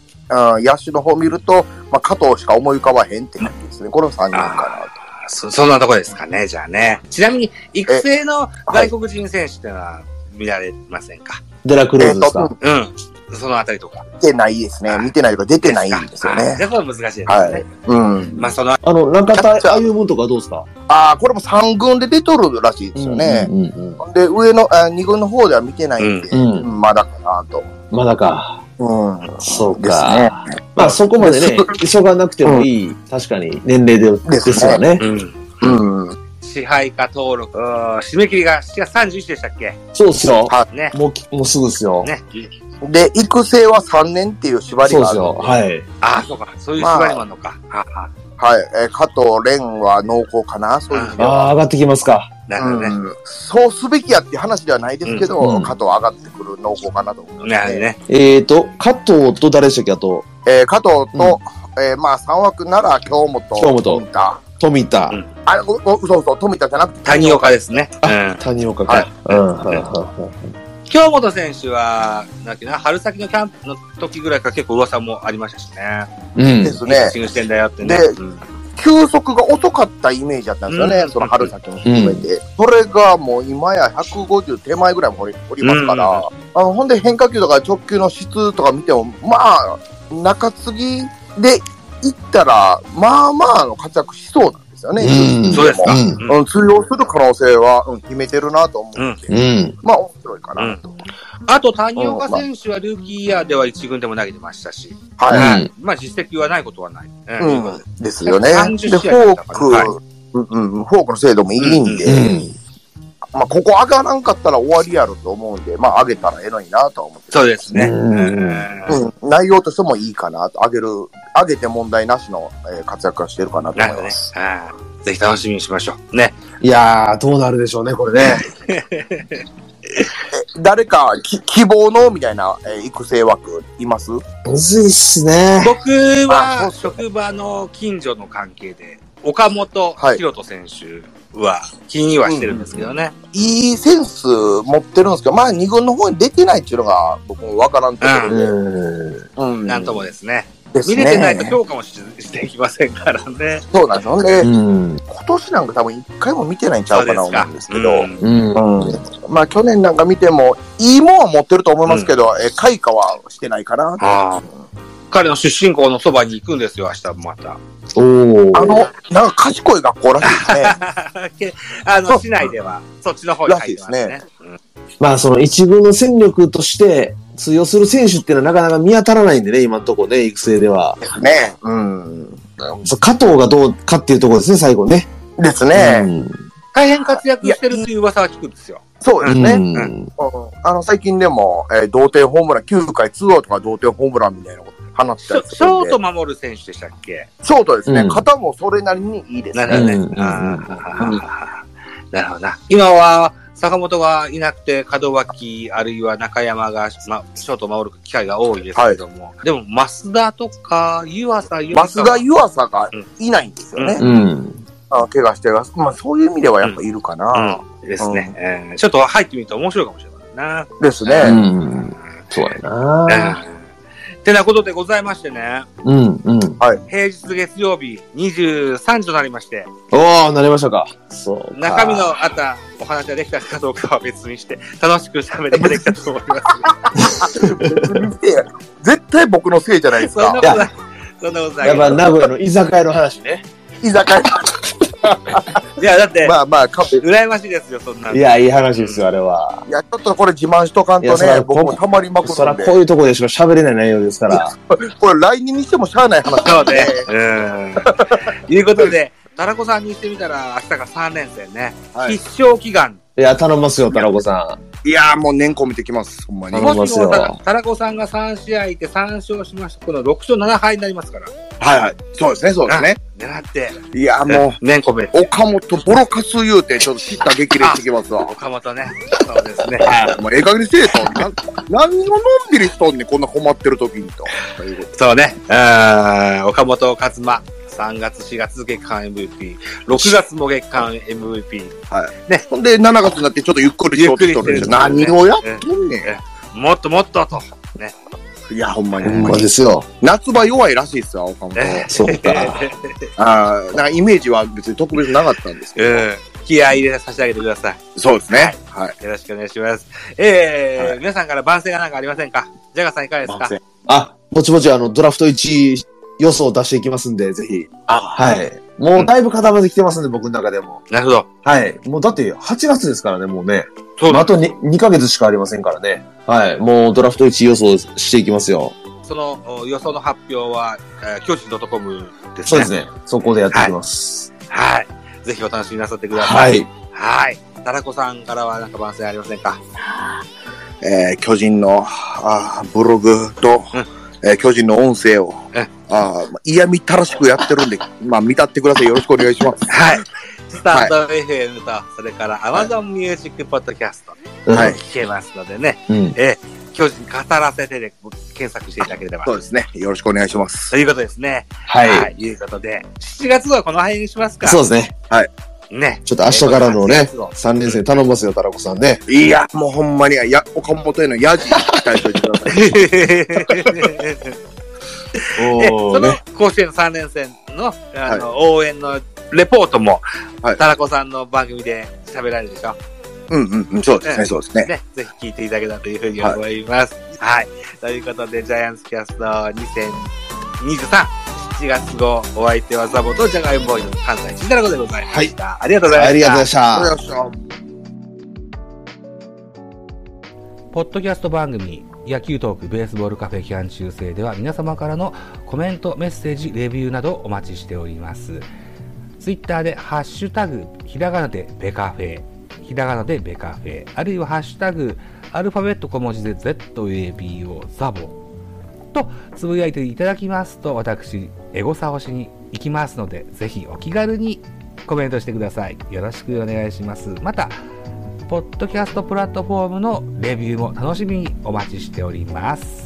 [SPEAKER 4] うん、野手の方見ると、まあ、加藤しか思い浮かばへんって感じですね。この三人か
[SPEAKER 5] そそんなとこですかね、じゃあね。ちなみに、育成の外国人選手ってのは見られませんか、
[SPEAKER 3] デラク
[SPEAKER 4] な。
[SPEAKER 3] ル
[SPEAKER 4] えっ、
[SPEAKER 3] ーズです
[SPEAKER 4] と、う
[SPEAKER 3] か。
[SPEAKER 4] ん
[SPEAKER 5] うん。そのあたりとか。
[SPEAKER 4] 出てないですね。見てないとか出てないんですよ
[SPEAKER 5] かあ
[SPEAKER 4] ね
[SPEAKER 5] じ。ゃあこれは難しいですね。
[SPEAKER 4] はいうん。
[SPEAKER 5] まあ、その、
[SPEAKER 3] あの、中
[SPEAKER 4] キャッチャ
[SPEAKER 3] 田
[SPEAKER 4] ー
[SPEAKER 3] 歩夢とかどうですか
[SPEAKER 4] ああ、これも三軍で出とるらしいですよね。
[SPEAKER 3] うんうんうん
[SPEAKER 4] ほんで、上の、あー二軍の方では見てないんで、
[SPEAKER 3] うんう
[SPEAKER 4] まだかなと。
[SPEAKER 3] まだか。
[SPEAKER 4] うん。
[SPEAKER 3] そう
[SPEAKER 4] です
[SPEAKER 3] か。
[SPEAKER 4] ね。
[SPEAKER 3] まあ、そこまでね、急がなくてもいい、確かに、年齢で、
[SPEAKER 4] ですね
[SPEAKER 3] ですよね。
[SPEAKER 5] うん。
[SPEAKER 4] うん。
[SPEAKER 5] ち支配下登録、うん締め切りが7月31でしたっけ
[SPEAKER 3] そうっすよ。
[SPEAKER 5] ね。
[SPEAKER 3] もうき、もうすぐっすよ。
[SPEAKER 5] ね。
[SPEAKER 4] で、育成は3年っていう縛り
[SPEAKER 3] そうっ
[SPEAKER 4] があ
[SPEAKER 3] す
[SPEAKER 4] る
[SPEAKER 3] よ。
[SPEAKER 4] ので
[SPEAKER 3] はい。
[SPEAKER 5] ああ、そうか。そういう縛りもあるのか。ああ、
[SPEAKER 4] はい。えー加藤蓮は濃厚かな、そういう意味では。
[SPEAKER 3] ああ、上がってきますか。
[SPEAKER 5] なるほどね。
[SPEAKER 4] うんそうすべきやっていう話ではないですけど、
[SPEAKER 3] うんうん
[SPEAKER 4] 加藤上がってくる濃厚かなと思います、
[SPEAKER 5] なるほどね。
[SPEAKER 3] えーと、加藤と誰でしたっけあと、
[SPEAKER 4] えー加藤と、えーまあ3枠なら京本、
[SPEAKER 3] 京本
[SPEAKER 4] 富田。
[SPEAKER 3] 富田、
[SPEAKER 5] うん
[SPEAKER 4] あ、うう嘘嘘、富田じゃなくて
[SPEAKER 5] 谷岡ですね。うん。
[SPEAKER 3] 谷岡
[SPEAKER 4] は
[SPEAKER 3] か
[SPEAKER 4] い。
[SPEAKER 3] うん、はい、は
[SPEAKER 5] 京本選手は、なんだっけな、春先のキャンプの時ぐらいから結構噂もありましたしね。
[SPEAKER 3] い。うん
[SPEAKER 4] で。すね。
[SPEAKER 5] シングしてんだよってね。
[SPEAKER 4] で
[SPEAKER 5] うん
[SPEAKER 4] 休息が遅かったイメージだったんですよね、
[SPEAKER 5] うん
[SPEAKER 4] その春先も含めて、それがもう今や150手前ぐらいもおりおりますから、あのほんで変化球とか直球の質とか見ても、まあ、中継ぎでいったら、まあまあの活躍しそうなんですよね、
[SPEAKER 3] うん
[SPEAKER 5] そうですか。
[SPEAKER 3] う
[SPEAKER 5] うんん
[SPEAKER 4] うん通用する可能性は、うん、秘めてるなと思う、
[SPEAKER 5] うん。
[SPEAKER 3] うん。
[SPEAKER 4] まあ面白いかなと。
[SPEAKER 5] あと、谷岡選手はルーキーイヤーでは一軍でも投げてましたし、
[SPEAKER 4] はい、
[SPEAKER 3] うん
[SPEAKER 5] まあ実績はないことはない。う
[SPEAKER 4] うんん、ですよね。
[SPEAKER 5] 30
[SPEAKER 4] で、フ
[SPEAKER 5] 試合だ
[SPEAKER 4] ォ
[SPEAKER 5] った
[SPEAKER 4] ー
[SPEAKER 5] からはい
[SPEAKER 4] ク、うんうん、フォークの精度もいいんで、
[SPEAKER 3] うん。
[SPEAKER 4] まあ、ここ上がらんかったら終わりやろと思うんで、まあ、上げたらええのになとは思って。
[SPEAKER 5] そうですね。
[SPEAKER 3] うん
[SPEAKER 5] うん
[SPEAKER 4] うん、内容としてもいいかなと、上げる、上げて問題なしの、えー活躍がしてるかなと
[SPEAKER 5] なる
[SPEAKER 4] 思
[SPEAKER 5] ほどね
[SPEAKER 4] います。。
[SPEAKER 5] あーぜひ楽しみにしましょう。ね。
[SPEAKER 3] いやー、どうなるでしょうね、これね。
[SPEAKER 4] 誰かき希望のみたいな、えー育成枠います
[SPEAKER 3] むずいっ
[SPEAKER 4] *laughs*
[SPEAKER 3] すね。
[SPEAKER 5] 僕は
[SPEAKER 4] あ、そう
[SPEAKER 5] 職場の近所の関係で、岡本
[SPEAKER 4] はい
[SPEAKER 5] 博人選手は、気にはしてるんですけどね。
[SPEAKER 4] いいセンス持ってるんですけど、まあ二軍の方に出てないっていうのが僕もわからんところで。
[SPEAKER 3] うん。
[SPEAKER 4] うん。
[SPEAKER 5] なんともですね。
[SPEAKER 4] です
[SPEAKER 5] 見
[SPEAKER 4] ね
[SPEAKER 5] れてないと評価もししていきませんからね。
[SPEAKER 4] そうなんですよ。で、
[SPEAKER 3] うん。
[SPEAKER 4] 今年なんか多分一回も見てないんちゃうかな思うんですけど。
[SPEAKER 5] うん
[SPEAKER 3] うん。
[SPEAKER 4] うんまあ去年なんか見ても、いいもんは持ってると思いますけど、えー開花はしてないかなと。
[SPEAKER 5] あー彼の出身校のそばに行くんですよ、明日もまた。 *laughs*
[SPEAKER 3] おー。
[SPEAKER 4] あの、なんか賢い学校らしいですね。
[SPEAKER 5] あ
[SPEAKER 4] そ
[SPEAKER 5] の、
[SPEAKER 4] う
[SPEAKER 5] 市内では、そっちの方に入ってます
[SPEAKER 4] ら
[SPEAKER 5] ね。
[SPEAKER 3] まあ、その一軍の戦力として通用する選手っていうのはなかなか見当たらないんでね、今のところね、育成では。
[SPEAKER 5] *laughs*
[SPEAKER 4] ね。うん。
[SPEAKER 3] そう加藤がどうかっていうところですね、最後ね。
[SPEAKER 4] です
[SPEAKER 3] う
[SPEAKER 4] ね。
[SPEAKER 3] ん。
[SPEAKER 5] 大変活躍してるという噂は聞くんですよ。
[SPEAKER 4] そうですね。うん
[SPEAKER 3] うん
[SPEAKER 4] あの、最近でも、えー同点ホームラン、9回ツーアウトが同点ホームランみたいなこと話し
[SPEAKER 5] シ
[SPEAKER 4] たり
[SPEAKER 5] ョ
[SPEAKER 4] す
[SPEAKER 5] シ
[SPEAKER 4] るん
[SPEAKER 5] ョ
[SPEAKER 4] で
[SPEAKER 5] ート守る選手でしたっけ
[SPEAKER 4] ショートですね。
[SPEAKER 3] うん
[SPEAKER 4] 肩もそれなりにいいです
[SPEAKER 5] な
[SPEAKER 4] ね。
[SPEAKER 5] るほどね。
[SPEAKER 3] うん
[SPEAKER 5] あーなるほどな。今は、坂本がいなくて、門脇、あるいは中山が、ま、ショート守る機会が多いですけども、でも、増田とか、湯浅、湯
[SPEAKER 4] 増田湯浅がいないんですよね。
[SPEAKER 5] う
[SPEAKER 3] うん。
[SPEAKER 4] あ怪我してる。まあ、そういう意味ではやっぱいるかな。
[SPEAKER 5] うんですね、えーちょっと入ってみると面白いかもしれないな。
[SPEAKER 4] です
[SPEAKER 3] う
[SPEAKER 4] ね。
[SPEAKER 3] ん。そうやな。
[SPEAKER 5] うんてなことでございましてね、
[SPEAKER 3] うん、うん。
[SPEAKER 5] 平日月曜日23時となりまして、
[SPEAKER 3] おー、なりましたか。そう。
[SPEAKER 5] 中身。のあったお話ができたかどうかは別にして、楽しく喋ってできたと思います。
[SPEAKER 4] *laughs* 絶対僕のせいじゃないです
[SPEAKER 5] そんな
[SPEAKER 4] か
[SPEAKER 5] こ。とない。そんなことない
[SPEAKER 3] やっぱ名古屋の居酒屋の話ね。
[SPEAKER 4] 居酒屋。
[SPEAKER 5] いや、だって、
[SPEAKER 4] まあまあ、カフェ。
[SPEAKER 5] 羨ましいですよ、そんなの。
[SPEAKER 3] いや、いい話ですよ、あれは。
[SPEAKER 4] いや、ちょっとこれ自慢しとかん
[SPEAKER 3] い
[SPEAKER 4] と
[SPEAKER 3] やそら
[SPEAKER 4] ね、僕もたまりまく
[SPEAKER 3] そ
[SPEAKER 4] る
[SPEAKER 3] ら、
[SPEAKER 4] んで。
[SPEAKER 3] こういうとこでしか喋れない内容ですから。
[SPEAKER 4] これ来年にしてもしゃあない話
[SPEAKER 5] そうね。うん。いうことで、タラコさんにしてみたら、明日が3連戦ね。
[SPEAKER 4] はい
[SPEAKER 5] 必勝祈願。
[SPEAKER 3] いや、頼みますよ、田中さ
[SPEAKER 4] いやーもう年功見てきます、ほんまに。
[SPEAKER 3] 頼み
[SPEAKER 5] も
[SPEAKER 3] ま
[SPEAKER 5] し
[SPEAKER 3] す
[SPEAKER 5] も
[SPEAKER 3] よ
[SPEAKER 5] タタラコさんが3試合いて3勝しました。この6勝7敗になりますから。
[SPEAKER 4] はいはい。そうですね、そうですね。
[SPEAKER 5] 狙って、
[SPEAKER 4] いやーも
[SPEAKER 5] 年込め。
[SPEAKER 4] う、岡本ボロカス言うて、ちょっと知った激励してきますわ。
[SPEAKER 5] 岡本ね。そうですね。
[SPEAKER 4] もうええ加減にせえと。なん何をのんびりしとんねん、こんな困ってる時にと。ということ
[SPEAKER 5] そうね。うん。岡本勝馬。3月、4月月間 MVP。6月も月間 MVP。
[SPEAKER 4] ほんで、7月になってちょっとゆっくりしようって言っとるんで、
[SPEAKER 5] ゆっくりし
[SPEAKER 4] 何
[SPEAKER 5] てる
[SPEAKER 4] をやっとんね
[SPEAKER 5] もっともっとと。
[SPEAKER 4] ん。いや、ほんま
[SPEAKER 3] ん。
[SPEAKER 4] にほんまに。
[SPEAKER 3] すよ。
[SPEAKER 4] 夏場弱いらしいっすわ、岡本。
[SPEAKER 5] え
[SPEAKER 3] そうか。
[SPEAKER 4] ああ、なんかイメージは別に特別なかったんですけ
[SPEAKER 5] うん。気合い入れて差し上げてください。
[SPEAKER 4] ど。そうですね。はい。
[SPEAKER 5] よろしくお願いします。えー
[SPEAKER 4] は
[SPEAKER 5] 皆さんから番宣がなんかありませんかジャガーさんいかがですか
[SPEAKER 3] *laughs* あ、ぼちぼち、あの、ドラフト1位予想を出していきますんで、ぜひ。
[SPEAKER 4] あ
[SPEAKER 3] はい。もうだいぶ固まってきてますんで、僕の中でも。
[SPEAKER 5] なるほど。
[SPEAKER 3] はい。もうだって8月ですからね、もうね。
[SPEAKER 5] そう
[SPEAKER 3] あと 2, 2ヶ月しかありませんからね。はい。もうドラフト1位予想していきますよ。
[SPEAKER 5] そのお予想の発表は、えー、巨人 .com ですね。
[SPEAKER 3] そうですね。そこでやっていきます。
[SPEAKER 5] はい。ぜひお楽しみなさってくださ。
[SPEAKER 6] はいい。
[SPEAKER 5] はい。たらこさんからはなんか番宣ありませんか
[SPEAKER 4] えー巨人のあーブログと、えー巨人の音声を、
[SPEAKER 5] うん
[SPEAKER 4] あーまあ嫌みったらしくやってるんで、 *laughs* まあ、見たってください。よろしくお願いします。
[SPEAKER 5] はい。スタート FM と、それから Amazon Music Podcast
[SPEAKER 4] はい
[SPEAKER 5] 聞けますのでね、
[SPEAKER 6] うん。
[SPEAKER 5] えー、巨人語らせてで検索していただければ
[SPEAKER 4] *laughs* そ。うですね。よろしくお願いします。
[SPEAKER 5] ということですね。
[SPEAKER 6] はい。
[SPEAKER 5] い。いうことで、7月はこの辺にしますか
[SPEAKER 6] そうですね。
[SPEAKER 3] *laughs*
[SPEAKER 5] ね。
[SPEAKER 6] ちょっと明日からのね
[SPEAKER 5] えー。
[SPEAKER 6] 3連戦頼みますよ、タラコさんね。
[SPEAKER 4] いや、もうほんまに、や、岡本へのヤジ期待しておいてくだ *laughs* さい。
[SPEAKER 5] で、そ
[SPEAKER 6] おー
[SPEAKER 5] の
[SPEAKER 6] ね。
[SPEAKER 5] 甲子園3連戦のあの、応援のレポートも、
[SPEAKER 4] はい
[SPEAKER 5] たらこさんの番組で喋られるでしょ、
[SPEAKER 4] うんうんうん、そうです
[SPEAKER 5] ええ
[SPEAKER 4] ね、そうですね。
[SPEAKER 5] ね。ぜひ聞いていただけたらというふうに思います。はい。ということで、ジャイアンツキャスト2023、7月号、お相手はザボとジャガイモボーイの関西慎太郎でございました。ありがとうございました。
[SPEAKER 6] ありがとうございました
[SPEAKER 4] あり。がとうございました。
[SPEAKER 7] ポッドキャスト番組野球トークベースボールカフェ期間中制では皆様からのコメント、メッセージ、レビューなどお待ちしております。ツイッターでハッシュタグひらがなでベカフェ、ひらがなでベカフェ、あるいはハッシュタグアルファベット小文字で ZABO ザボとつぶやいていただきますと私エゴサをしに行きますのでぜひお気軽にコメントしてください。よろしくお願いします。またポッドキャストプラットフォームのレビューも楽しみにお待ちしております。